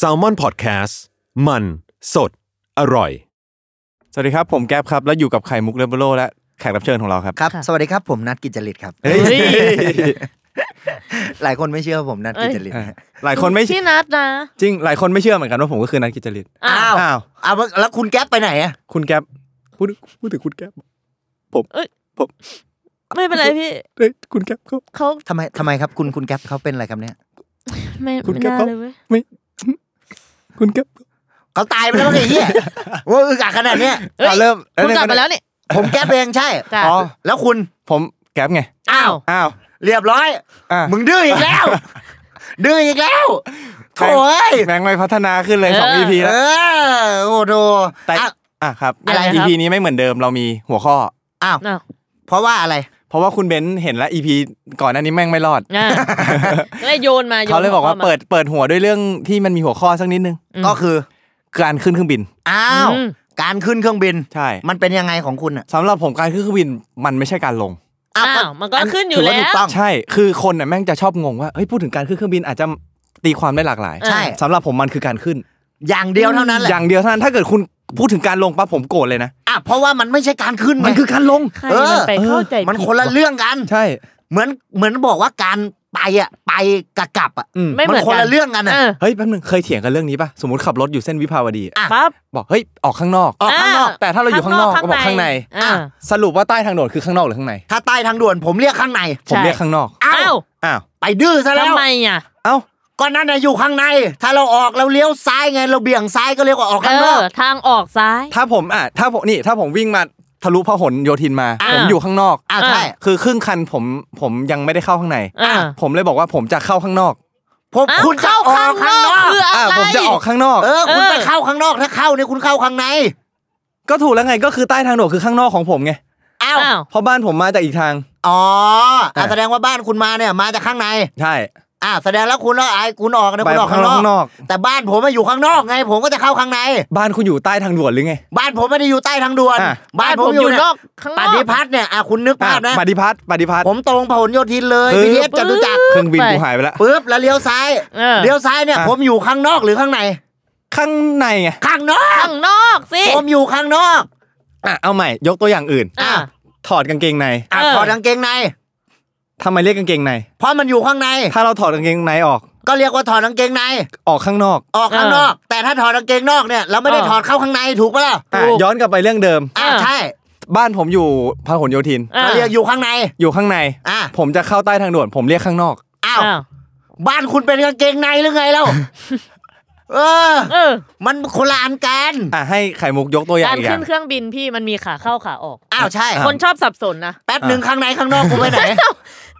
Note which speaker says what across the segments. Speaker 1: s a l m o n PODCAST มันสดอร่อย
Speaker 2: สวัสดีครับ ผมแก๊ปครับ แล้วอยู่กับไข่มุกเลเบโลและแขกรับเชิญของเราครับ
Speaker 3: ครับ สวัสดีครับ ผมนัทกิจจริตครับ
Speaker 2: เฮ้ย
Speaker 3: หลายคนไม่เชื่อผมนัทกิจจริตนะ
Speaker 2: หลายคนไม่
Speaker 4: พี่นัดนะ
Speaker 2: จริง หลายคนไม่เชื่อเหมือนกันว่าผมก็คือนักกิจจริต
Speaker 3: อ้าว
Speaker 2: อ้าว
Speaker 3: อ้าวแล้วคุณแก๊ปไปไหนอะ
Speaker 2: คุณแก๊ปพูดพูดถึงคุณแก๊ปผม
Speaker 4: เอ้ย ไม่เป็นไรพี่
Speaker 2: เอ้ยคุณแก๊ปเขา
Speaker 4: เขา
Speaker 3: ทำไมทำไมครับคุณคุณแก๊ปเขาเป็นอะไรครับเนี่ย
Speaker 4: ไม่
Speaker 2: คุณ
Speaker 4: ไม่
Speaker 2: แก
Speaker 4: น่า
Speaker 2: เขา
Speaker 4: เลยเว้ย
Speaker 2: ไม่ คุณแก๊ป
Speaker 3: เขาตายไปแล้วมั้งไอ้ เหี้ยว่าอึกอักขนาดเนี้ย
Speaker 4: อ้ย
Speaker 2: อ่ะเริ่ม
Speaker 4: คุณกลับมาแล้วนี่
Speaker 3: ผมแก๊ปเองใช่
Speaker 4: จ้ะ
Speaker 3: อ๋อแล้วคุณ
Speaker 2: ผมแก๊ปไง
Speaker 3: อ้าว
Speaker 2: อ้าว
Speaker 3: เรียบร้อย
Speaker 2: อ่ะ
Speaker 3: มึงดื้ออีกแล้ว ดื้ออีกแล้วโถ่เอ้ย
Speaker 2: แม่งไม่พัฒนาขึ้นเลยสอง
Speaker 4: เออ
Speaker 2: EP
Speaker 3: เอ
Speaker 2: แล้ว
Speaker 3: อโอ้โห
Speaker 2: แต่
Speaker 3: อ้าว
Speaker 2: อ่ะครับ
Speaker 4: อะไรครับ
Speaker 2: อีพีนี้ไม่เหมือนเดิมเรามีหัวข้อ
Speaker 3: อ้าว
Speaker 4: อ้าว
Speaker 3: เพราะว่าอะไร
Speaker 2: เพราะว่าคุณเบนซ์เห็นแล้วอีพีก่อนหน้านี้แม่งไม่รอด
Speaker 4: อ่ะเลยโยนมาโยน
Speaker 2: เขาเลยบอกว่า
Speaker 4: ข้ม
Speaker 2: เปิดเปิดหัวด้วยเรื่องที่มันมีหัวข้อสักนิดนึง
Speaker 4: อืม
Speaker 3: ก็คือ
Speaker 2: การขึ้นเครื่องบิน
Speaker 3: อ้าว
Speaker 4: อืม
Speaker 3: การขึ้นเครื่องบิน
Speaker 2: ใช่
Speaker 3: มันเป็นยังไงของคุณอะ
Speaker 2: สำหรับผมการขึ้นเครื่องบินมันไม่ใช่การลง
Speaker 3: อ้าว
Speaker 4: อ้าวมันก็ขึ้นอยู่
Speaker 3: ถืา
Speaker 4: แล้ว
Speaker 3: ถูกต้อง
Speaker 2: ใช่ คือคนน่ะแม่งจะชอบงงว่า เฮ้ย พูดถึงการขึ้นเครื่องบินอาจจะตีความได้หลากหลาย
Speaker 3: ใช่
Speaker 2: สำหรับผมมันคือการขึ้น
Speaker 3: อย่างเดียวเท่านั้นแหละ
Speaker 2: อย่างเดียวเท่านั้น ถ้าเกิดคุณพูดถึงการลงปั๊บผมโกรธเลยนะ
Speaker 3: อ่ะเพราะว่ามันไม่ใช่การขึ้นไง
Speaker 2: มันคือการลง
Speaker 4: ใครมันไปเข้าใจ
Speaker 3: มัน
Speaker 4: ผิด
Speaker 3: คนละเรื่องกัน
Speaker 2: ใช่
Speaker 3: เหมือนเหมือนบอกว่าการไปอ่ะไปกับกลับอ่ะ
Speaker 2: อืม
Speaker 4: ไม่เหมือน
Speaker 3: คนละเรื่องกัน
Speaker 4: เอ
Speaker 3: อ่ะ
Speaker 4: อ
Speaker 2: เฮ้ย แป๊บนึง เคยเถียงกันเรื่องนี้ป่ะ สมมติขับรถอยู่เส้นวิภาวดีอะ
Speaker 4: ปั๊บ
Speaker 2: บอก เฮ้ย ออกข้างนอก
Speaker 3: ออกข้างนอก
Speaker 2: แต่ถ้าเราอยู่ข้างนอกก็บอกข้างใน
Speaker 4: อ่า
Speaker 2: สรุปว่าใต้ทางด่วนคือข้างนอกหรือข้างใน
Speaker 3: ถ้าใต้ทางด่วนผมเรียกข้างใน
Speaker 2: ผม
Speaker 4: ใช่
Speaker 2: เรียกข้างนอก
Speaker 3: อ้าว
Speaker 4: อ้าว
Speaker 2: อ้าว
Speaker 3: ไปดื้อซะแล้
Speaker 4: ทำ
Speaker 3: ว
Speaker 4: ไมอ่ะ
Speaker 2: เอ้า
Speaker 3: ก็นั่นน่ะอยู่ข้างใน ถ้าเราออกเราเลี้ยวซ้ายไงเราเบี่ยงซ้ายก็เรียกว่าออก
Speaker 4: เอ
Speaker 3: ข้างนอ
Speaker 4: อ
Speaker 3: ก
Speaker 4: ทางออกซ้าย
Speaker 2: ถ้าผมอ่ะถ้าผมนี่ ถ้าผมวิ่งมาทะลุพหลโยธินมา
Speaker 4: อ่า
Speaker 2: ผมอยู่ข้างนอก
Speaker 3: อ่าใช่
Speaker 2: คือครึ่งคันผมผมยังไม่ได้เข้าข้างใน
Speaker 4: อ่า
Speaker 2: ผมเลยบอกว่าผมจะเข้าข้างนอก
Speaker 3: ผม
Speaker 4: อ้าว
Speaker 3: คุณจะ
Speaker 4: เข้า
Speaker 3: ออ
Speaker 4: ข้าก งน
Speaker 3: ข้าง
Speaker 4: อน ก
Speaker 3: อก
Speaker 4: คืออะ
Speaker 2: อ่า
Speaker 4: ไร
Speaker 2: ผมจะออกข้างนอก
Speaker 3: เออ คุณ
Speaker 4: เออ
Speaker 3: ไปเข้าข้างนอกถ้าเข้าเนี่ยคุณเข้าข้างใน
Speaker 2: ก็ถูกแล้วไงก็คือใต้ทางด่วนคือข้างนอกของผมไง
Speaker 3: อ้าว
Speaker 4: อ้าว
Speaker 2: เพราะบ้านผมมาจากอีกทาง
Speaker 3: อ๋ออ่ะ
Speaker 2: อ่ะ
Speaker 3: แสดงว่าบ้านคุณมาเนี่ยมาจากข้างใน
Speaker 2: ใช่
Speaker 3: อ่ะแสดงแล้วคุณแล้วไอ้คุณออกเนี่ยคุณออกข้างนอก
Speaker 2: ข้างนอก
Speaker 3: แต่บ้านผมมาอยู่ข้างนอกไง ผมก็จะเข้าข้างใน
Speaker 2: บ้านคุณอยู่ใต้ทางด่วนหรือไง
Speaker 3: บ้านผมไม่ได้อยู่ใต้ทางด่วน
Speaker 2: อ่ะ
Speaker 3: บ้านผมอยู่
Speaker 4: น
Speaker 3: เน
Speaker 4: อก
Speaker 3: ย
Speaker 4: ข้างน
Speaker 3: ป
Speaker 4: อก
Speaker 3: ฏิพัฒน์เนี่ยอ่ะคุณนึกภาพนะ
Speaker 2: ปฏิพัฒน์ปฏิพัฒน์
Speaker 3: ผมตรงพหลโยธินเลย
Speaker 2: คือ
Speaker 3: พีเอสจตุจักร
Speaker 2: เครื่องบิน
Speaker 4: ไป
Speaker 2: กูหายไปแล้ว
Speaker 3: ปึ๊บแล้วเลี้ยวซ้าย
Speaker 4: เออ
Speaker 3: เลี้ยวซ้ายเนี่ย
Speaker 2: อ่ะ
Speaker 3: ผมอยู่ข้างนอกหรือข้างใน
Speaker 2: ข้างในไง
Speaker 3: ข้างนอก
Speaker 4: ข้างนอกสิ
Speaker 3: ผมอยู่ข้างนอก
Speaker 2: อ่ะเอาใหม่ยกตัวอย่างอื่น
Speaker 4: อ่ะ
Speaker 2: ถอดกางเกงใน
Speaker 3: อ่ะ
Speaker 4: เออ
Speaker 3: ถอดกางเกงใน
Speaker 2: ทำไมเรียกกางเกงใน
Speaker 3: เพราะมันอยู่ข้างใน
Speaker 2: ถ้าเราถอดกางเกงในออก
Speaker 3: ก็เรียกว่าถอดกางเกงใน
Speaker 2: ออกข้างนอก
Speaker 3: ออกข้างนอก แต่ถ้าถอดกางเกงนอกเนี่ยเราไม่ได้
Speaker 4: เออ
Speaker 3: ถอดเข้าข้างในถูกปะล่ะ
Speaker 2: อ่ะ
Speaker 4: ถูก
Speaker 2: ย้อนกลับไปเรื่องเดิม
Speaker 3: อ่ะใช่
Speaker 2: บ้านผมอยู่พหลโยธิน
Speaker 4: อ่ะ
Speaker 3: เราเรียกอยู่ข้างใน
Speaker 2: อยู่ข้างใน
Speaker 3: อ่ะ
Speaker 2: ผมจะเข้าใต้ทางด่วน ผมเรียกข้างนอก
Speaker 3: อ้าว
Speaker 4: อ้าว
Speaker 3: บ้านคุณเป็นกางเกงในหรือไงเล่า เออ
Speaker 4: เออ
Speaker 3: มันคนละอันกัน
Speaker 2: อ่ะให้ไข่มุกยกตัวอย่าก
Speaker 4: าง ร
Speaker 2: อีกอ
Speaker 4: ขึ้
Speaker 2: ย่าน ง
Speaker 4: เครื่องบินพี่มันมีขาเข้าขาออก
Speaker 3: อ้าวใช่
Speaker 4: คนชอบสับสนนะ
Speaker 3: แป๊บหนึ่งข้างในข้างนอกกูไปไหน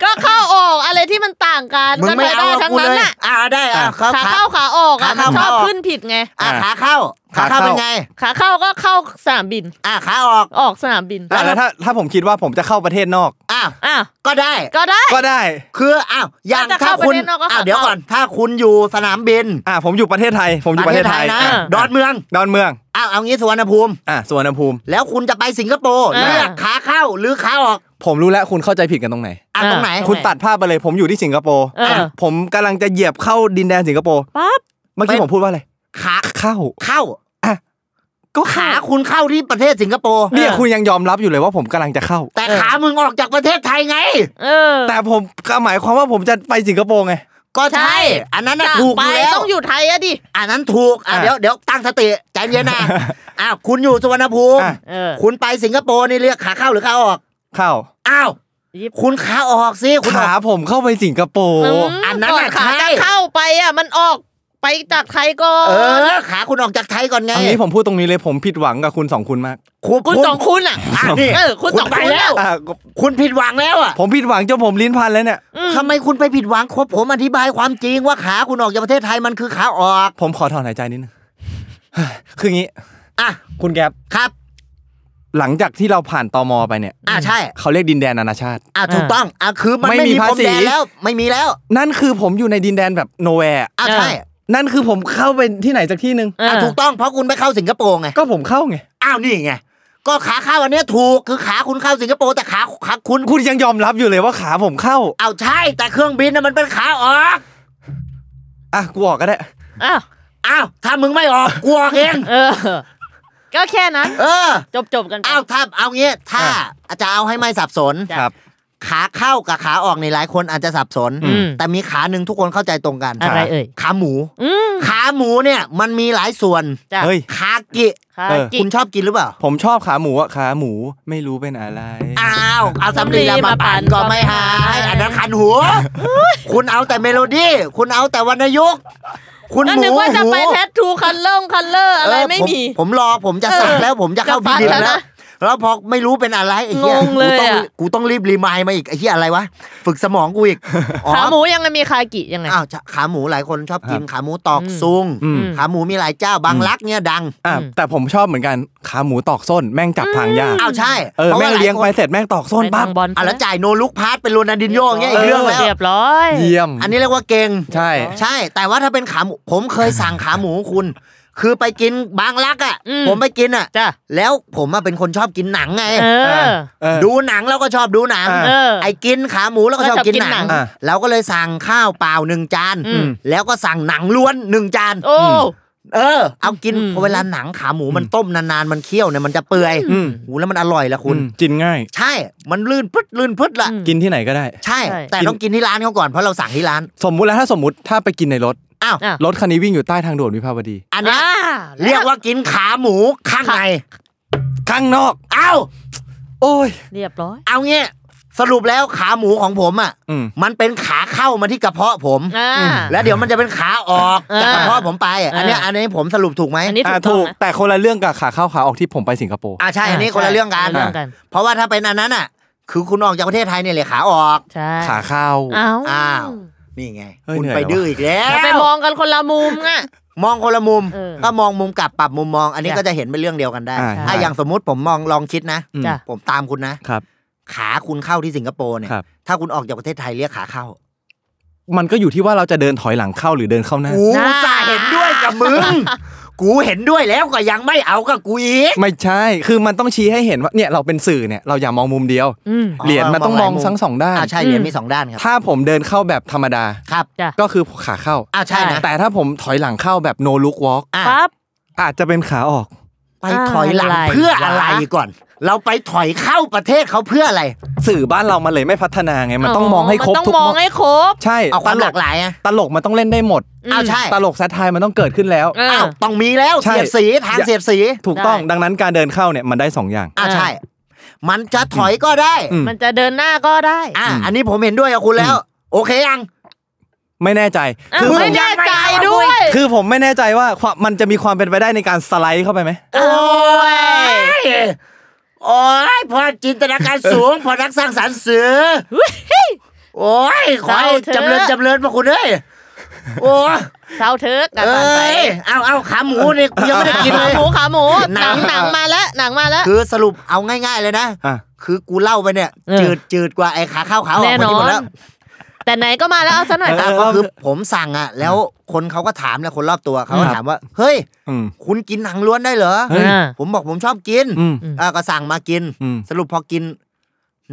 Speaker 4: ก็เข้าออกอะไรที่มันต่างกัน
Speaker 3: มึง
Speaker 4: ก็
Speaker 3: ไม่เอา
Speaker 4: ใช้ได้
Speaker 3: กับ
Speaker 4: ทั้ง
Speaker 3: กู
Speaker 4: นั้
Speaker 3: เลย
Speaker 4: นน่ะ
Speaker 3: อ่าได้อ่ะครับ
Speaker 4: ขาเข้าขาออกอ่ะ
Speaker 3: ขาเข้า
Speaker 4: มันชอบ
Speaker 3: ขาออก
Speaker 4: ขึ้นผิดไง
Speaker 3: อ่าขาเข้าขา
Speaker 2: ขา
Speaker 3: เข้า
Speaker 2: เข้า
Speaker 3: เป็นไง
Speaker 4: ขาเข้าก็เข้าสนามบิน
Speaker 3: อ่าขาออก
Speaker 4: ออกสนามบิน
Speaker 2: อ่ะแล้วถ้าถ้าผมคิดว่าผมจะเข้าประเทศนอก
Speaker 3: อ่า
Speaker 4: อ่ะ
Speaker 3: ก็ได้
Speaker 4: ก็ได้
Speaker 2: ก็ได้
Speaker 3: คืออ้าวอย่าง
Speaker 4: แต่
Speaker 3: ถ้า
Speaker 4: เข้า
Speaker 3: คุณ
Speaker 4: ประเทศนอกก็ขา
Speaker 3: อ้าวเดี๋ยว
Speaker 4: เข้า
Speaker 3: ก่อน ถ้าคุณอยู่สนามบิน
Speaker 2: อ่ะผมอยู่ประเทศไทย ผมอยู่ประเทศไทย
Speaker 3: นะ
Speaker 2: อ่ะ
Speaker 3: ดอนเมือง
Speaker 2: ดอนเมือง
Speaker 3: อ้าวเอางี้สุวรรณภูมิ
Speaker 2: อ่ะสุวรรณภูมิ
Speaker 3: แล้วคุณจะไปสิงคโปร์
Speaker 4: อ่า
Speaker 3: เลือกขาเข้าหรือขาออก
Speaker 2: ผมรู้แล้วคุณเข้าใจผิดกันตรงไหน
Speaker 3: อ่า
Speaker 4: อ่า
Speaker 3: ตรงไหน
Speaker 2: คุณตัดภาพไปเลย ผมอยู่ที่สิงคโปร์
Speaker 4: เออ
Speaker 2: อ่ะผมกำลังจะเหยียบเข้าดินแดนสิงคโปร์
Speaker 4: ปั๊บ
Speaker 2: เมื่อกี้ผมพูดว่าอะไร
Speaker 3: ขา
Speaker 2: เข้า
Speaker 3: เข้า
Speaker 2: อ่ะ
Speaker 3: ก็ขาคุณเข้าที่ประเทศสิงคโปร์
Speaker 2: เนี่ย
Speaker 4: เออ
Speaker 2: คุณยังยอมรับอยู่เลยว่าผมกำลังจะเข้า
Speaker 3: แต่ขามึงออกจากประเทศไทยไง
Speaker 4: เออ
Speaker 2: แต่ผมก็หมายความว่าผมจะไปสิงคโปร์ไง
Speaker 3: ก็ใช่ อันนั้นน่ะถูก
Speaker 4: ไป
Speaker 3: อยู่แล้ว
Speaker 4: ต้องอยู่ไทยอะดิ
Speaker 3: อันนั้นถูก อ่ะ
Speaker 2: อ่ะ
Speaker 3: เดี๋ยวเดี๋ยวตั้งสติใจเย็นนะ อ้าวคุณอยู่สุวรรณภูมิ
Speaker 2: อ่ะ
Speaker 4: เออ
Speaker 3: คุณไปสิงคโปร์นี่เรียกขาเข้าหรือขาออก
Speaker 2: เข้า
Speaker 3: อ้าว
Speaker 4: ยิบ
Speaker 3: คุณขาออกสิคุณอ
Speaker 2: ขา
Speaker 3: อก
Speaker 2: ผมเข้าไปสิงคโปร์
Speaker 4: ม
Speaker 3: อันนั้น
Speaker 4: ก่
Speaker 3: น่ะ
Speaker 4: ขา
Speaker 3: ใช่
Speaker 4: จะเข้าไปอะมันออก ไปจากไทยก่อ
Speaker 3: เอน อ ขาคุณออกจากไทยก่อนไง
Speaker 2: อันนี้ผมพูดตรงนี้เลยผมผิดหวังกับคุณสองคุณมาก
Speaker 3: คุณ
Speaker 4: คุณสองคุณอ่ะ
Speaker 3: อ่ะนี่
Speaker 4: เออคุณสอง
Speaker 3: ไป
Speaker 4: คน
Speaker 3: แล้
Speaker 4: แล้ว ว
Speaker 2: อ่ะก็
Speaker 3: คุณผิดหวังแล้วอ่ะ
Speaker 2: ผมผิดหวังจนผมลิ้นพันแล้วเนี่ย
Speaker 3: ทำไมคุณไปผิดหวังครับผมอธิบายความจริงว่าขาคุณออกจากประเทศไทยมันคือขาออก
Speaker 2: ผมขอถอนหายใจนิดนึง คืออย่างงี้
Speaker 3: อ่ะ
Speaker 2: คุณแก๊ป
Speaker 3: ครับ
Speaker 2: หลังจากที่เราผ่านตมไปเนี่ย
Speaker 3: อ่ะใช่
Speaker 2: เขาเรียกดินแดนนานาชาติ
Speaker 3: อ่ะถูกต้องอ่ะคือมัน
Speaker 2: ไม่
Speaker 3: ไม่
Speaker 2: มี
Speaker 3: มีพรม
Speaker 2: ภาษี
Speaker 3: แดนแล้ว ไม่มีแล้ว
Speaker 2: นั่นคือผมอยู่ในดินแดนแบบโนแวร์
Speaker 3: อ่ะใช่
Speaker 2: นั่นคือผมเข้าไปที่ไหนจากที่หนึ่ง
Speaker 3: อ่ะถูกต้องเพราะคุณไม่เข้าสิงคโปร์ไง
Speaker 2: ก็ผมเข้าไง
Speaker 3: อ้าวนี่ไง ก็ขาเข้าอันเนี้ยถูกคือขาคุณเข้าสิงคโปร์แต่ขาขาคุณ
Speaker 2: คุณยังยอมรับอยู่เลยว่าขาผมเข้า
Speaker 3: เอาใช่แต่เครื่องบินน่ะมันเป็นขาออก
Speaker 2: อ่ะกูออกก็ได้
Speaker 4: อ้าว
Speaker 3: อ้าวถ้ามึงไม่ออกกลัวเอง
Speaker 4: เออ ก็แค่นั้น
Speaker 3: เออ
Speaker 4: จบจบๆกันไป
Speaker 3: อ้าวถ้าเอางี้ถ้าอาจจะเอาให้ไม่สับสน
Speaker 2: ครับ
Speaker 3: ขาเข้ากับขาออกในหลายคนอาจจะสับสน
Speaker 4: อืม
Speaker 3: แต่มีขาหนึ่งทุกคนเข้าใจตรงกัน
Speaker 4: อะไรเอ่ย
Speaker 3: ขาหมู
Speaker 4: อืม
Speaker 3: ขาหมูเนี่ยมันมีหลายส่วน
Speaker 4: จ้ะ
Speaker 2: เฮ้ย
Speaker 3: ขากิ
Speaker 4: ค่ะ
Speaker 2: เออ
Speaker 4: กิ
Speaker 3: คุ
Speaker 4: น
Speaker 3: ณชอบกินหรือเปล่า
Speaker 2: ผมชอบขาหมูอะขาหมูไม่รู้เป็นอะไร
Speaker 3: อ้าวเอาสำลีเรามาปั่นก็ไม่หายอันนั้นคันหัว คุณเอาแต่เมโลดี้คุณเอาแต่วรรณยุกต์คุณ
Speaker 4: ก็
Speaker 3: หมู
Speaker 4: นึกว่าจะไป
Speaker 3: หู
Speaker 4: แทททูคันเลิ่งคันเลอร์อะไร
Speaker 3: เ
Speaker 4: ไม่
Speaker 3: ผ
Speaker 4: มี
Speaker 3: ผมรอผมจะสัก
Speaker 4: เออ
Speaker 3: แล้วผมจะเข้า
Speaker 4: จะฟั
Speaker 3: พิ
Speaker 4: ง
Speaker 3: ธี
Speaker 4: แล้ว
Speaker 3: แล้ว
Speaker 4: นะ
Speaker 3: แล้วพอไม่รู้เป็นอะไรไอ้เหี้ย
Speaker 4: งงเลย
Speaker 3: กูต้อง
Speaker 4: อะ
Speaker 3: กูต้องรีบรีมายด์มาอีกไอ้เหี้ยอะไรวะฝึกสมองกูอีกอ๋อ
Speaker 4: ขาหมูยังไงมีคากิยังไง
Speaker 3: อ้าวจะขาหมูหลายคนชอบกินขาหมูตอก
Speaker 4: อืม
Speaker 3: ซุง
Speaker 2: อืม
Speaker 3: ขาหมูมีหลายเจ้าบางรักเนี่ยดัง
Speaker 2: อ่ะแต่ผมชอบเหมือนกันขาหมูตอกส้น แม่งจับทางยาก
Speaker 3: อ้าวใช่
Speaker 2: เออ
Speaker 3: พราะ
Speaker 2: แม่
Speaker 3: ว่าง หา
Speaker 2: เลี้ยงไป
Speaker 3: คน
Speaker 2: เสร็จแม่งตอกส้น
Speaker 4: ไป
Speaker 2: ปั๊
Speaker 4: ทา
Speaker 2: บ
Speaker 4: งบอล
Speaker 3: อ่ะแล้วจ่ายโนลุกพาร์ทเป็นโรนัลดินโยอย่างเงี้ยอีกเรื่องแล้ว
Speaker 4: เรียบร้อย
Speaker 2: เยี่ยม
Speaker 3: อันนี้เรียกว่าเก่ง
Speaker 2: ใช่
Speaker 3: ใช่ แต่ว่าถ้าเป็นขาหมูผมเคยสั่งขาหมู คุณ คือไปกินบางรักอ่ะ ผมไปกินอ่ะ
Speaker 4: จ้ะ
Speaker 3: แล้วผมอะเป็นคนชอบกินหนังไง
Speaker 4: เออ
Speaker 2: เออ
Speaker 3: ดูหนังเราก็ชอบดูหนัง
Speaker 2: อ่า
Speaker 4: เออ
Speaker 3: ไอ้กินขาหมูเราก็ชอบ
Speaker 4: เราชอบกิ
Speaker 3: กิ
Speaker 4: น
Speaker 3: น
Speaker 4: ห
Speaker 3: หนั
Speaker 4: นัง
Speaker 3: ง
Speaker 2: อ่า
Speaker 3: เราก็เลยสั่งข้าวเปล่าหนึ่งจาน
Speaker 4: อืม
Speaker 3: แล้วก็สั่งหนังล้วนหนึ่งจาน
Speaker 4: โอ้
Speaker 3: เออ เอากิน
Speaker 4: อืม
Speaker 3: พอเวลาหนังขาหมูมันต้มนานๆ มันเคี่ยวเนี่ยมันจะเปื่อย
Speaker 2: อืม
Speaker 3: หูแล้วมันอร่อยละ
Speaker 2: คุ
Speaker 3: คุณ ณ
Speaker 2: กินง่าย
Speaker 3: ใช่ มันลื่นพึดลื่นพึดละ
Speaker 4: อืม
Speaker 2: กินที่ไหนก็ได้
Speaker 3: ใช่
Speaker 4: ใช่
Speaker 3: แต่ต้องกินที่ร้านเขาก่อนเพราะเราสั่งที่ร้าน
Speaker 2: สมมุติแล้วถ้าสมมุติถ้าไปกินในรถ
Speaker 3: อ้าว
Speaker 4: อ่ะ
Speaker 2: รถคันนี้วิ่งอยู่ใต้ทางด่วนวิภาวดี
Speaker 3: อันเนี้ย
Speaker 4: อ่า
Speaker 3: เรียกว่ากินขาหมูข้างใน
Speaker 2: ข้างนอก
Speaker 3: เอ้า
Speaker 2: โอ้ย
Speaker 4: เรียบร้อย
Speaker 3: เอาเงี้ยสรุปแล้วขาหมูของผมอ่ะ
Speaker 2: อืม
Speaker 3: มันเป็นขาเข้ามาที่กระเพาะผม
Speaker 4: อ่า
Speaker 3: แล้วเดี๋ยวมันจะเป็นขาออก
Speaker 4: เออ
Speaker 3: จากกระเพาะผมไปอ่ะ
Speaker 4: เอออั
Speaker 3: อันเนี้ยอันนี้ผมสรุปถูกไหม
Speaker 4: อันนี้
Speaker 2: อ่ะ
Speaker 4: ถู
Speaker 2: ถู
Speaker 4: ก
Speaker 2: ก แต่คนละเรื่องกับขาเข้าขาออกที่ผมไปสิงคโปร์
Speaker 3: อ่าใช่อันนี้คนละเรื่องกัน
Speaker 4: เรื่องกัน
Speaker 3: เพราะว่าถ้าเป็นอันนั้นอ่ะ คือคุณออกจากประเทศไทยเนี่ยเลยขาออก
Speaker 4: ใช่
Speaker 2: ขาเข้า
Speaker 4: อ้าว
Speaker 3: อ้าว นี่ไง
Speaker 2: เฮ้ย
Speaker 3: คุณ
Speaker 2: เหนื่อย
Speaker 3: ไป
Speaker 2: แล้ว
Speaker 3: ดื้ออีกแล้
Speaker 4: อย่าไป
Speaker 3: ว
Speaker 4: มองกันคนละมุมอ่ะ
Speaker 3: มองคนละมุม
Speaker 4: เออ
Speaker 3: ก็มองมุมกลับปรับมุมมอง อันนี้
Speaker 4: จ้ะ
Speaker 3: ก็จะเห็นเป็นเรื่องเดียวกันได้
Speaker 2: อ่า
Speaker 3: ถ้า
Speaker 2: ใช่
Speaker 3: อย่างสมมุติผมมองลองคิดนะ
Speaker 2: อืม
Speaker 4: จ้ะ
Speaker 3: ผมตามคุณนะ
Speaker 2: ครับ
Speaker 3: ขาคุณเข้าที่สิงคโปร์เนี่ย
Speaker 2: ครับ
Speaker 3: ถ้าคุณออกจากประเทศไทยเรียกขาเข้า
Speaker 2: มันก็อยู่ที่ว่าเราจะเดินถอยหลังเข้าหรือเดินเข้าหน้า
Speaker 3: กูอุตสาห์เห็นด้วยกับมึง กูเห็นด้วยแล้วก็ยังไม่เอากับกูอีก
Speaker 2: ไม่ใช่ คือมันต้องชี้ให้เห็นว่าเนี่ยเราเป็นสื่อเนี่ยเราอย่ามองมุมเดียว
Speaker 4: อืม
Speaker 2: เหรียญมันต้องมอง
Speaker 3: มองหลายมุม
Speaker 2: ทั้งสองด้าน
Speaker 3: อ่าใช่เหรียญมีสองด้านครับ
Speaker 2: ถ้าผมเดินเข้าแบบธรรมดา
Speaker 3: ครับ
Speaker 4: จ้ะ
Speaker 2: ก็คือขาเข้า
Speaker 3: อ่าใช่นะ
Speaker 2: แต่ถ้าผมถอยหลังเข้าแบบ no look walk
Speaker 3: อ่ะ
Speaker 4: ปั๊บ
Speaker 2: อาจจะเป็นขาออก
Speaker 3: ไปถอยหลัง
Speaker 4: อะไร
Speaker 3: เพื่ออะไร
Speaker 4: วะ
Speaker 3: ก่อน เราไปถอยเข้าประเทศเขาเพื่ออะไร
Speaker 2: สื่อบ้านเรามันเลยไม่พัฒนาไง มันต้องมองให้ครบ
Speaker 4: มันต้
Speaker 2: ทุ
Speaker 4: อก งมองให้ครบ
Speaker 2: ใช่
Speaker 3: เอา
Speaker 2: ต
Speaker 3: ความ
Speaker 2: ล
Speaker 3: หลาก กหลายอะ
Speaker 2: ตลกมันต้องเล่นได้หมด
Speaker 3: อ้าวใช่
Speaker 2: ตลกแซทไทยมันต้องเกิดขึ้นแล้ว
Speaker 4: เอ
Speaker 3: อ้าวต้องมีแล้ว
Speaker 2: ใช่
Speaker 3: เสียดสีทางเสียดสี
Speaker 2: ถูกต้อง
Speaker 4: ได้
Speaker 2: ดังนั้นการเดินเข้าเนี่ยมันได้สองอย่าง
Speaker 3: อ้าวใช่ มันจะถอยก็ได้
Speaker 2: อืม
Speaker 4: มันจะเดินหน้าก็ได้
Speaker 3: อ่าอันนี้ผมเห็นด้วยกับคุณแล้ว โอเคยัง
Speaker 2: ไม่แน่ใจ
Speaker 4: อ้าว
Speaker 2: คืผ
Speaker 4: ไม่
Speaker 2: ม
Speaker 4: แน่ใจด้วย
Speaker 2: คือผมไม่แน่ใจว่าความมันจะมีความเป็นไปได้ในการสไลด์เข้าไปไหม
Speaker 3: โอ้ยโอ้ยพอจินตนาการสูง พอนักสร้างสรรค์สื่อโอ้ยขอให้
Speaker 4: เศร้า
Speaker 3: จำ
Speaker 4: เถ
Speaker 3: เริ
Speaker 4: อะ
Speaker 3: ญจำเริญพระคุณเอ้ยโอ้ย
Speaker 4: เศร้าเถิกกัน
Speaker 3: เอ
Speaker 4: ผ่านไป้
Speaker 3: ยเอาเอาขาหมูนี่กูยังไม่ได้กิน
Speaker 4: ขา
Speaker 3: เลย
Speaker 4: หมูขาหมู หนัง
Speaker 3: ห
Speaker 4: ห
Speaker 3: นั
Speaker 4: นั
Speaker 3: ง
Speaker 4: งมาแล้วหนังมาแล้ว
Speaker 3: คือสรุปเอาง่าย ๆเลยนะ
Speaker 2: อ่ะ
Speaker 3: คือกูเล่าไปเนี่ย
Speaker 4: เออ
Speaker 3: จืดจืดกว่าไอ้ขาข้าวขาออก
Speaker 4: แน่
Speaker 3: หมด
Speaker 4: นอ
Speaker 3: ที่หมด
Speaker 4: น
Speaker 3: แล้ว
Speaker 4: แต่ไหนก็มาแล้วเอาซะหน่อย
Speaker 2: เ
Speaker 3: อ่ะก็คือผมสั่งอ่ะ แล้วคนเขาก็ถามแล้วคนรอบตัวเขาก็
Speaker 2: ครับ
Speaker 3: ถามว่า เฮ้ย
Speaker 2: อืม
Speaker 3: คุณกินหนังล้วนได้เหรอ
Speaker 2: เฮ้ย
Speaker 3: ผมบอกผมชอบกิน
Speaker 2: อืม
Speaker 3: อ่ะก็สั่งมากิน
Speaker 2: อืม
Speaker 3: สรุปพอกิน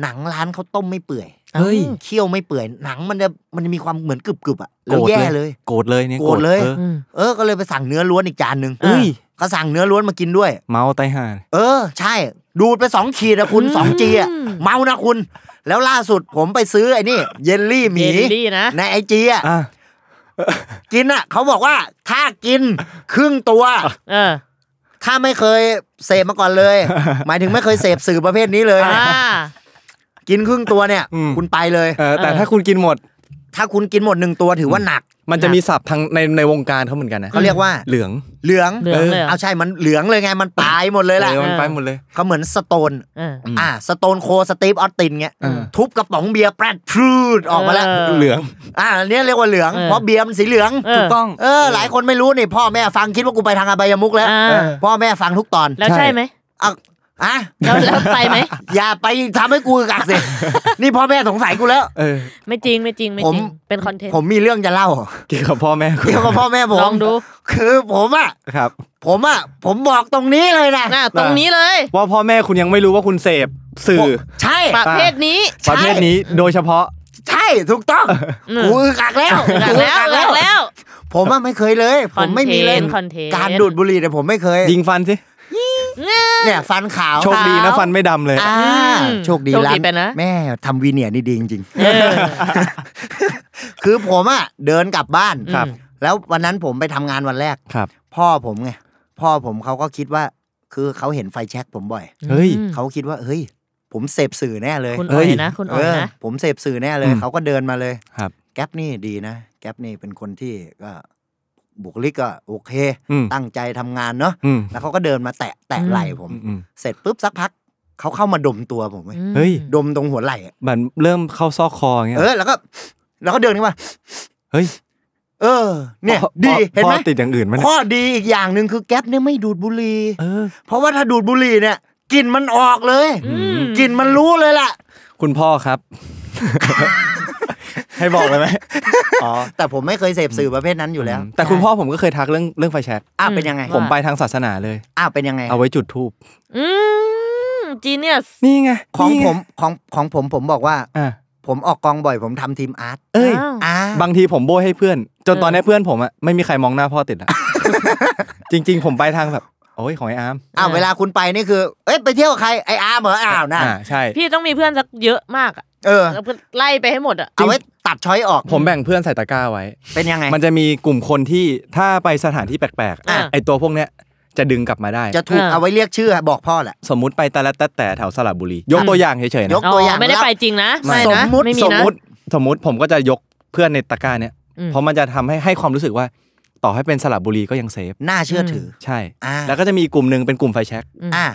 Speaker 3: หนังร้านเขาต้มไม่เปื่อย
Speaker 2: เฮ้ย
Speaker 3: เคี่ยวไม่เปื่อย หนังมันจะมันจะมีความเหมือนกรึบๆอ่ะ
Speaker 2: โก
Speaker 3: แล้ว
Speaker 2: รธ
Speaker 3: แย่
Speaker 2: เล
Speaker 3: เลย ย
Speaker 2: โกรธเลยเนี่ย
Speaker 3: โกรธเลย
Speaker 2: ออ
Speaker 3: เออ ก็เลยไปสั่งเนื้อล้วนอีกจานหนึ่ง
Speaker 2: อุ้ย
Speaker 3: ก็สั่งเนื้อล้วนมากินด้วย
Speaker 2: เมาไตายห่า
Speaker 3: เออ ใช่ ดูดไปสองขีดนะคุณสองจีอะเมานะคุณ แล้วล่าสุดผมไปซื้อไอ้นี่ เยลลี่หมี
Speaker 4: เยลลี่นะ
Speaker 3: ในไอจีอะ
Speaker 2: อ่ะ
Speaker 3: กินอะเขาบอกว่าถ้ากินครึ่งตัว
Speaker 4: เออ
Speaker 3: ถ้าไม่เคยเสพมาก่อนเลย หมายถึงไม่เคยเสพสื่อประเภทนี้เลยเนี่ย
Speaker 4: อ่า
Speaker 3: กินครึ่งตัวเนี่ย
Speaker 2: อืม
Speaker 3: คุณไปเลย
Speaker 2: เออแต่ถ้าคุณกินหมด
Speaker 3: ถ้าคุณกินหมดหนึ่งตัวถือว่าหนัก
Speaker 2: มันจะมีศัพท์ทางในในวงการเขาเหมือนกันนะ
Speaker 3: เขาเรียกว่า
Speaker 2: เหลือง
Speaker 3: เหลือง
Speaker 4: เหลืองเลยเหรอ
Speaker 3: เอาใช่ มันเหลืองเลยไง มันปลายหมดเลยแหละ
Speaker 2: เออมันไปหมดเลย
Speaker 3: เขาเหมือนสโตน
Speaker 4: เออ
Speaker 3: อ่า สโตนโคสตีฟออตตินเงี้ย
Speaker 2: เออ
Speaker 3: ทุบกระป๋องเบียร์แปรดพรูดออกมาแล้ว
Speaker 4: เอ
Speaker 2: เหลือง
Speaker 3: อ่าอันเนี้ยเรียกว่าเหลือง
Speaker 4: เออ
Speaker 3: เพราะเบียร์มันสีเหลือง
Speaker 4: เออ
Speaker 2: ถูกต้อง
Speaker 3: เออ หลายคนไม่รู้นี่ พ่อแม่ฟังคิดว่ากูไปทางอบายมุกแล้ว
Speaker 4: อ่า
Speaker 2: เออ
Speaker 3: พ่อแม่ฟังทุกตอน
Speaker 4: แล้วใช่ไหม
Speaker 3: อ่ะอ่ะ
Speaker 4: แล้วแล้วไปไหม
Speaker 3: อย่าไปทำให้กูอึกอัก สิ นี่พ่อแม่สงสัยกูแล้ว
Speaker 2: เออ
Speaker 4: ไม่จริงไม่จริงไม่จริง
Speaker 3: ผม
Speaker 4: เป็นคอนเทนต์
Speaker 3: ผมมีเรื่องจะเล่า
Speaker 2: เกี่ยวกับพ่อแม่คุณ
Speaker 3: เกี่ยวกับพ่อแม่ผม
Speaker 4: ลองดู
Speaker 3: คือผมอ่ะ
Speaker 2: ครับ
Speaker 3: ผมอ่ะ ผมบอกตรงนี้เลยนะ
Speaker 4: น่ะตรงนี้เลย
Speaker 2: ว่าพ่อแม่คุณยังไม่รู้ว่าคุณเสพสื่อ
Speaker 3: ใช่
Speaker 4: ประเภทนี้
Speaker 3: ใช่
Speaker 2: ประเภทนี้โดยเฉพาะ
Speaker 3: ใช่ถูกต้อง
Speaker 4: อืม
Speaker 3: กูอึกอักแล้ว
Speaker 4: หลักแล้วหลักแล้ว
Speaker 3: ผมอะไม่เคยเลย ผมไม่มีเลย
Speaker 4: คอนเทนต์
Speaker 3: การดูดบุหรี่เนี่ยผมไม่เคย
Speaker 2: ยิงฟันสิ
Speaker 3: เนี่ยฟันขาว
Speaker 2: โชคดีนะ
Speaker 4: ขาว
Speaker 2: ฟันไม่ดำเลย
Speaker 3: อ่า
Speaker 4: อืม
Speaker 3: โชคดี
Speaker 4: โชค
Speaker 3: ร้า
Speaker 4: ดีไปนะ
Speaker 3: แม่ทำวีเนียร์นี่ดีจริง
Speaker 4: เออ
Speaker 3: ๆ คือผมอะเดินกลับบ้าน
Speaker 2: ครับ
Speaker 3: แล้ววันนั้นผมไปทำงานวันแรก
Speaker 2: ครับ
Speaker 3: พ่อผมไง พ่อผมเขาก็คิดว่า คือเขาเห็นไฟแช็กผมบ่อย
Speaker 2: เฮ้ย
Speaker 4: อืม
Speaker 3: เขาคิดว่า เฮ้ย ผมเสพสื่อแน่เลย
Speaker 4: คุณ
Speaker 2: เอ้
Speaker 4: อ๋อย ยนะคุณอ๋
Speaker 3: เอ
Speaker 4: อย
Speaker 3: อ
Speaker 4: นะ
Speaker 3: ผมเสพสื่อแน่เลย
Speaker 2: อืม
Speaker 3: เขาก็เดินมาเลย
Speaker 2: ครับ
Speaker 3: แก๊ปนี่ดีนะ แก๊ปนี่เป็นคนที่ก็บุคลิกก็โอเค
Speaker 2: อืม
Speaker 3: ตั้งใจทำงานเนาะ
Speaker 2: อืม
Speaker 3: แล้วเขาก็เดินมาแตะแตะ
Speaker 4: อืม
Speaker 3: ไหล่ผม
Speaker 2: อืมอืม
Speaker 3: เสร็จปุ๊บสักพัก เขาเข้ามาดมตัวผมเว้ย
Speaker 4: อืม
Speaker 2: เฮ้ย
Speaker 3: ดมตรงหัวไหล่อะ
Speaker 2: มันเริ่มเข้าซอกคออย่างเงี้ย
Speaker 3: เออ แล้วก็ แล้วก็เดินขึ้นมา
Speaker 2: เฮ้ย
Speaker 3: เออ เนี่ย
Speaker 2: พ่อ
Speaker 3: ดี
Speaker 2: พ่อ
Speaker 3: เห็นไหม
Speaker 2: พ่อติดอย่างอื่นไหม
Speaker 3: ข้อดีอีกอย่างหนึ่งคือแก๊ปเนี่ยไม่ดูดบุหรี่
Speaker 2: เออ
Speaker 3: เพราะว่าถ้าดูดบุหรี่เนี่ยกลิ่นมันออกเลย
Speaker 4: อืม
Speaker 3: กลิ่นมันรู้เลยล่ะ
Speaker 2: คุณพ่อครับ ให้บอกเลยไหมอ๋อ
Speaker 3: แต่ผมไม่เคยเสพสื่อประเภทนั้นอยู่แล้ว
Speaker 2: แต่คุณพ่อผมก็เคยทักเรื่องเรื่องไฟแช็ก
Speaker 3: อ้าวเป็นยังไง
Speaker 2: ผมไปทางศาสนาเลย
Speaker 3: อ้าวเป็นยังไง
Speaker 2: เอาไว้จุดทูบ
Speaker 4: อืมจีเนียส
Speaker 2: นี่ไง
Speaker 3: ของ
Speaker 2: นี่ไ
Speaker 3: ผมของของผมผมบอกว่า
Speaker 2: อ่ะ
Speaker 3: ผมออกกองบ่อยผมทำทีมอาร์ต
Speaker 2: เอ้ย
Speaker 4: อ้าว
Speaker 3: อ่า
Speaker 2: บางทีผมโบยให้เพื่อน จนตอนนี้เพื่อนผมอะไม่มีใครมองหน้าพ่อติดอะ จริง ๆ ผมไปทางแบบโอ้ยของไอ้อาร์ม
Speaker 3: อ้าวเวลาคุณไปนี่คือ เอ้ยไปเที่ยวกับใครไออาร์มเหรออ้าวน่า
Speaker 2: อ่าใช่
Speaker 4: พี่ต้องมีเพื่อนสักเยอะมากอะ
Speaker 3: เออ
Speaker 4: แล้วเพื่อนไล่ไปให้หมดอะ
Speaker 3: เอาไว้ตัดช้อยออก
Speaker 2: ผมแบ่งเพื่อนใส่ตะกร้าไว้
Speaker 3: เป็นยังไง
Speaker 2: มันจะมีกลุ่มคนที่ถ้าไปสถานที่แปลก
Speaker 3: อ่ะ
Speaker 2: ๆไอตัวพวกเนี้ยจะดึงกลับมาได้
Speaker 3: จะถูกเอาไว้เรียกชื่อบอกพ่อแหละ
Speaker 2: สมมุติไปแต่ละแต่แต่แถวสระบุรี ยกตัวอย่างเฉยๆ
Speaker 3: ย
Speaker 2: นะ
Speaker 3: กตัวอย่าง
Speaker 4: ไม่ได้
Speaker 3: แล้ว
Speaker 4: ไปจริงนะ
Speaker 3: ไม่
Speaker 4: ไนะ
Speaker 3: สมมุติ
Speaker 4: ไ
Speaker 2: สมมติสมมติผมก็จะยกเพื่อนในตะกร้าเนี่ย
Speaker 4: อืม
Speaker 2: เพราะมันจะทำให้ให้ความรู้สึกว่า ต่อให้เป็นสระบุรีก็ยังเซฟ
Speaker 3: น่าเชื่อถือ
Speaker 2: ใช่
Speaker 3: อ่า
Speaker 2: แล้วก็จะมีกลุ่มหนึ่งเป็นกลุ่มไฟแช็ก
Speaker 4: อืม
Speaker 3: อ่า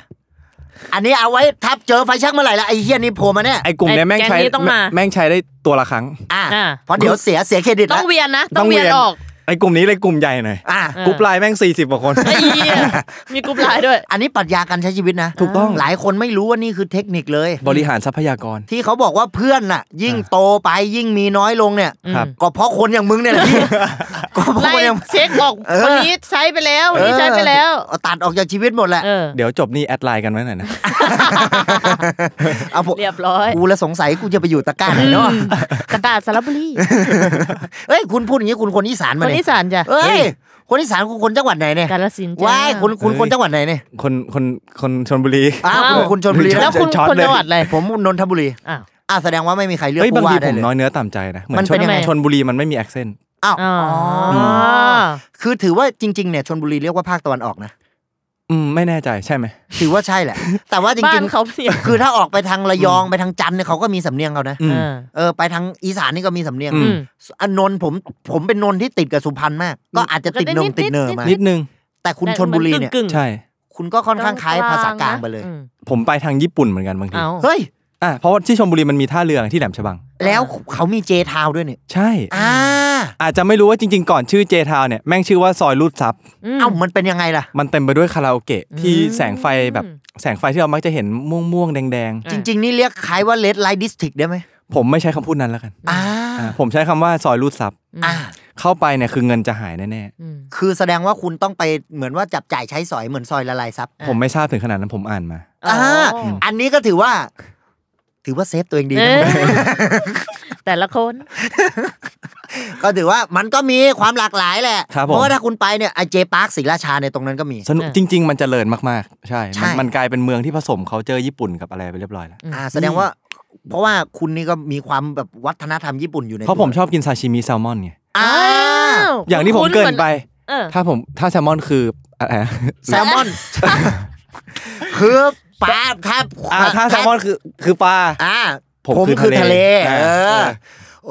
Speaker 3: อันนี้เอาไว้ทับเจอไฟแชักเมื่อไหร่ละไอ้เฮียนี่โผล่มาเนี่ย
Speaker 2: ไอ้กลุ่มเนี้ย
Speaker 4: ไอ้
Speaker 2: แม่งใช้
Speaker 4: แก๊งนี้ต้องมา
Speaker 2: แม่งใช้ได้ตัวละครั้ง
Speaker 3: อ่า
Speaker 4: อ่า
Speaker 3: เพราะเดี๋ยวเสียเสียเครดิต
Speaker 4: ต้อ
Speaker 3: ละ
Speaker 4: งเวียนนะ ต้องเวียนออก
Speaker 2: ไอ้กลุ่มนี้เลยกลุ่มใหญ่หน่อย
Speaker 3: อ่า
Speaker 2: กรุ๊ปไลน์แม่ง 40กว่าคน
Speaker 4: ไอ้เหี้ยมีกรุ๊ปไลน์ด้วย
Speaker 3: อันนี้ปรัชญาการใช้ชีวิตนะ
Speaker 2: ถูกต้อง
Speaker 3: หลายคนไม่รู้ว่านี่คือเทคนิคเลย
Speaker 2: บริหารทรัพยากร
Speaker 3: ที่เขาบอกว่าเพื่อนน่ะ ยิ่งโตไปยิ่งมีน้อยลงเนี่ย
Speaker 2: ครับ
Speaker 3: ก็เพราะคนอย่างมึงเนี่ยแหละพี่ ก็เพราะ
Speaker 4: ไล่
Speaker 3: คนอย่าง
Speaker 4: เช็คออก
Speaker 3: เออ
Speaker 4: วันนี้ใช้ไปแล้ววันนี้ใช้ไปแล้ว
Speaker 3: เออตัดออกจากชีวิตหมดแหละ
Speaker 4: เออ
Speaker 2: เดี๋ยวจบนี่แอดไลน์กันไว้หน่อยนะ
Speaker 3: เอาผม
Speaker 4: เรียบร้อย
Speaker 3: กูละสงสัยกูจะไปอยู่ตะกร้าไหนเนาะ
Speaker 4: กระดาษสารบุรี
Speaker 3: เอ้ยคุณพูดอย่างนี้คุณคนอีสาน
Speaker 4: ค
Speaker 3: มาน เนี่
Speaker 4: อี
Speaker 3: ย
Speaker 4: สานจ้ะ
Speaker 3: เอ้ยคนอีสานคุณคนจังหวัดไหนเนี่ย
Speaker 4: กาลสินธุ์จ้ะ
Speaker 3: ว้ายคุณคุณ
Speaker 2: เอ้ย
Speaker 3: คนจังหวัดไหนเนี่ย
Speaker 2: คนคนคนชนบุรี
Speaker 3: อ้าวคุณคุณชนบุรี
Speaker 4: แล้ว
Speaker 3: นะ
Speaker 4: คุณ
Speaker 2: ช็อต
Speaker 4: คน
Speaker 2: เลย
Speaker 4: จังหวัดอะไร
Speaker 3: ผมนนทบุรี
Speaker 4: อ้าว
Speaker 3: อ้าวแสดงว่าไม่มีใครเลือก
Speaker 2: เฮ้ยบาง
Speaker 3: ผู้ว่า
Speaker 2: ทีผ
Speaker 3: ได้
Speaker 2: ม
Speaker 3: เลย
Speaker 2: น้อยเนื้อต่ำใจนะหอ
Speaker 3: มันเป็นยังไง
Speaker 2: ชนบุรีมันไม่มีแอคเซนต์
Speaker 3: อ้าว
Speaker 4: อ๋อ
Speaker 3: อ๋อคือถือว่าจริงๆเนี่ยชนบุรีเรียกว่าภาคตะวันออกนะ
Speaker 2: อืมไม่แน่ใจใช่ไหม
Speaker 3: ถือว่าใช่แหละ แต่ว่าจ
Speaker 4: บ้า
Speaker 3: ริง
Speaker 4: นเขาเนี่ย
Speaker 3: ๆ คือถ้าออกไปทางระยองไปทางจันทร์เนี่ยเขาก็มีสำเนียงเขานะ
Speaker 2: อืม
Speaker 4: เออ
Speaker 3: เออไปทางอีสานนี่ก็มีสำเนียง
Speaker 2: อื
Speaker 4: อืม
Speaker 3: อันนนท์ผมผมเป็นนนท์ที่ติดกับสุพรรณมาก ก็อาจจะติด
Speaker 4: ก็ได้
Speaker 3: เนิม
Speaker 4: นิดๆ
Speaker 3: ติดเนิมมา
Speaker 2: นิดนึง
Speaker 3: แต่คุณชนบุรีเนี่ย
Speaker 4: มักึ่งๆ
Speaker 2: ใช่
Speaker 3: คุณก็ค่อนข้างคล้ายภาษากลางไปเลย
Speaker 4: อืม
Speaker 2: ผมไปทางญี่ปุ่นเหมือนกันบางที
Speaker 4: เอา
Speaker 3: เฮ้ย
Speaker 2: อ่ะเพราะว่าที่ชลบุรีมันมีท่าเรือที่แหลมฉบัง
Speaker 3: แล้วเขามีเจทาวด้วยเนี่ย
Speaker 2: ใช่
Speaker 3: อ่า
Speaker 2: อาจจะไม่รู้ว่าจริง ๆ ก่อนชื่อเจทาวเนี่ยแม่งชื่อว่าซอยลูดซับ
Speaker 4: ม
Speaker 3: เอ้ามันเป็นยังไงล่ะ
Speaker 2: มันเต็มไปด้วยคาราโอเกะที่
Speaker 4: อืม
Speaker 2: แสงไฟแบบแสงไฟที่เรามักจะเห็นม่วงๆแดง
Speaker 3: จริง ๆ นี่เรียกคล้ายว่าเลดไลท์ดิสติกได้ไหม
Speaker 2: ๆ ผมไม่ใช้คำพูดนั้นแล้วกัน
Speaker 3: อ่า
Speaker 2: อ่ะผมใช้คำว่าซอยลูดซับ
Speaker 3: อ่า
Speaker 2: เข้าไปเนี่ยคือเงินจะหายแน่
Speaker 4: อืม
Speaker 3: คือแสดงว่าคุณต้องไปเหมือนว่าจับจ่ายใช้สอยเหมือนซอยละลายทรัพย์
Speaker 2: ๆผมไม่ทราบถึงขนาดนั้นผมอ่านมา
Speaker 4: อ๋อ
Speaker 3: อ่า
Speaker 4: อื
Speaker 3: อันนี้ก็ถือว่า ถือว่าเซฟตัวเองดี
Speaker 4: เอ
Speaker 3: นะ
Speaker 4: อแต่ละคน
Speaker 3: ก็ถือว่ามันก็มีความหลากหลายแหละ
Speaker 2: ครับผม
Speaker 3: เพราะว่าถ้าคุณไปเนี่ยไอเจพาร์คศรีราชาเนี่ยตรงนั้นก็มี
Speaker 2: สนุก
Speaker 4: อ่ะ
Speaker 2: จริง ๆ มันเจริญมากๆ ใช่
Speaker 3: ใช่
Speaker 2: มันมันกลายเป็นเมืองที่ผสมเขาเจอญี่ปุ่นกับอะไรไปเรียบร้อยแล้ว
Speaker 3: อ่าแสดงว่า เพราะว่าคุณนี่ก็มีความแบบวัฒนธรรมญี่ปุ่นอยู่ใน
Speaker 2: เพราะผมชอบกินซาชิมิแซลมอนไง
Speaker 3: อ่า
Speaker 2: อย่างที่ผม
Speaker 4: คุ้ๆ
Speaker 2: เกริน
Speaker 4: หอ
Speaker 2: ไป
Speaker 4: เออ
Speaker 2: ถ้าผมถ้าแซลมอนคืออะไรนะ
Speaker 3: แซลมอน คือปลาถ้า
Speaker 2: อ่าถ้าแซลมอนคือคือปลา
Speaker 3: อ่า
Speaker 2: ผม
Speaker 3: ผม
Speaker 2: คือ
Speaker 3: คือทะ
Speaker 2: ทะ
Speaker 3: เล
Speaker 2: เล
Speaker 3: เอ
Speaker 2: เอ
Speaker 3: อ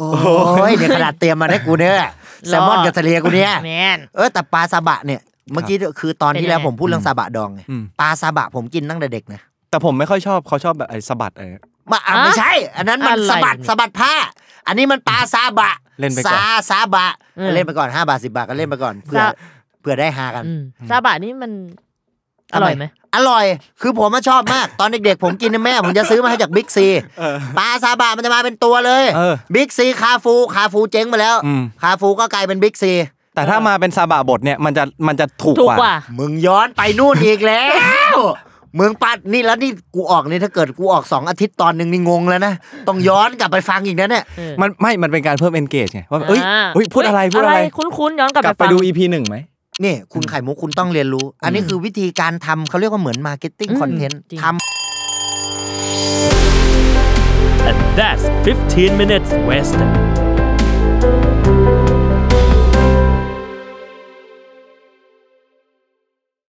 Speaker 2: อ
Speaker 3: โอ้ยเนี่ยขนาดเตรียมมาให้กูเนี่ย แซลมอนกับทะเลกูเนี่ย
Speaker 4: แมน
Speaker 3: เออแต่ปลาซาบะเนี่ย เมื่อกี้คือตอนที่แล้วผ
Speaker 4: เป็นยังไง
Speaker 3: มพูดเรื่องซาบะดองไง
Speaker 2: อืม
Speaker 3: ปลาซาบะผมกินตั้งแต่เด็กนะ
Speaker 2: แต่ผมไม่ค่อยชอบเขาชอบแบบไอ้สะบัดอะไร
Speaker 3: มาอ่ะ
Speaker 4: อะ
Speaker 3: ไม่ใช่ อันนั้นมัน
Speaker 4: อะไร
Speaker 3: สะบัด
Speaker 4: เนี่ย
Speaker 3: สะบัดผ้า อันนี้มันปลาซาบะ
Speaker 2: เล่นไปก่อน
Speaker 3: ซาซาบะ
Speaker 4: อืม
Speaker 3: เล่นไปก่อนห้าบาทสิบาทก็เล่นไปก่อนเพื่อ
Speaker 4: ซา
Speaker 3: เพื่อได้ฮากัน
Speaker 4: อืมซาบะนี่มันอร่อยไหม
Speaker 3: อร่อยคือผมอะชอบมาก ตอนเด็กๆ ผมกินนะแม่ผมจะซื้อมาให้จากบิ๊กซีปลาซาบะมันจะมาเป็นตัวเลย
Speaker 2: เออ
Speaker 3: บิ๊กซีคาฟูคาฟูเจ๊งไปแล้ว
Speaker 2: อืม
Speaker 3: คาฟูก็กลายเป็นบิ๊กซี
Speaker 2: แต่ถ้ามาเป็นซาบะบดเนี่ยมันจะมันจะถูก
Speaker 4: ถูก
Speaker 2: กว่า
Speaker 4: กว่า
Speaker 3: มึงย้อนไปนู่นอีกแล้ว มึงปัดนี่แล้วนี่กูออกนี่ถ้าเกิดกูออกสองอาทิตย์ตอนหนึ่งนี่งงแล้วนะ ต้องย้อนกลับไปฟังอีกนะเนี่ย
Speaker 2: มันไม่มันเป็นการเพิ่ม engage ไงว่าแบบเอ้ย
Speaker 4: อ่า
Speaker 2: เอ้ยพูดอะไรพูดอะไร
Speaker 4: คุ้นๆย้อนกลับ
Speaker 2: กลับ
Speaker 4: ไป
Speaker 2: ไป
Speaker 4: ฟัง
Speaker 2: ดู EP หนึ่งไหม
Speaker 3: นี่คุณไข่มุกคุณต้องเรียนรู้ อันนี้คือวิธีการทำเขาเรียกว่าเหมือนมาร์เก็ตติ้ง
Speaker 4: อืม
Speaker 3: คอนเทนต์
Speaker 4: จริง
Speaker 3: ท
Speaker 5: And that's 15 minutes wasted.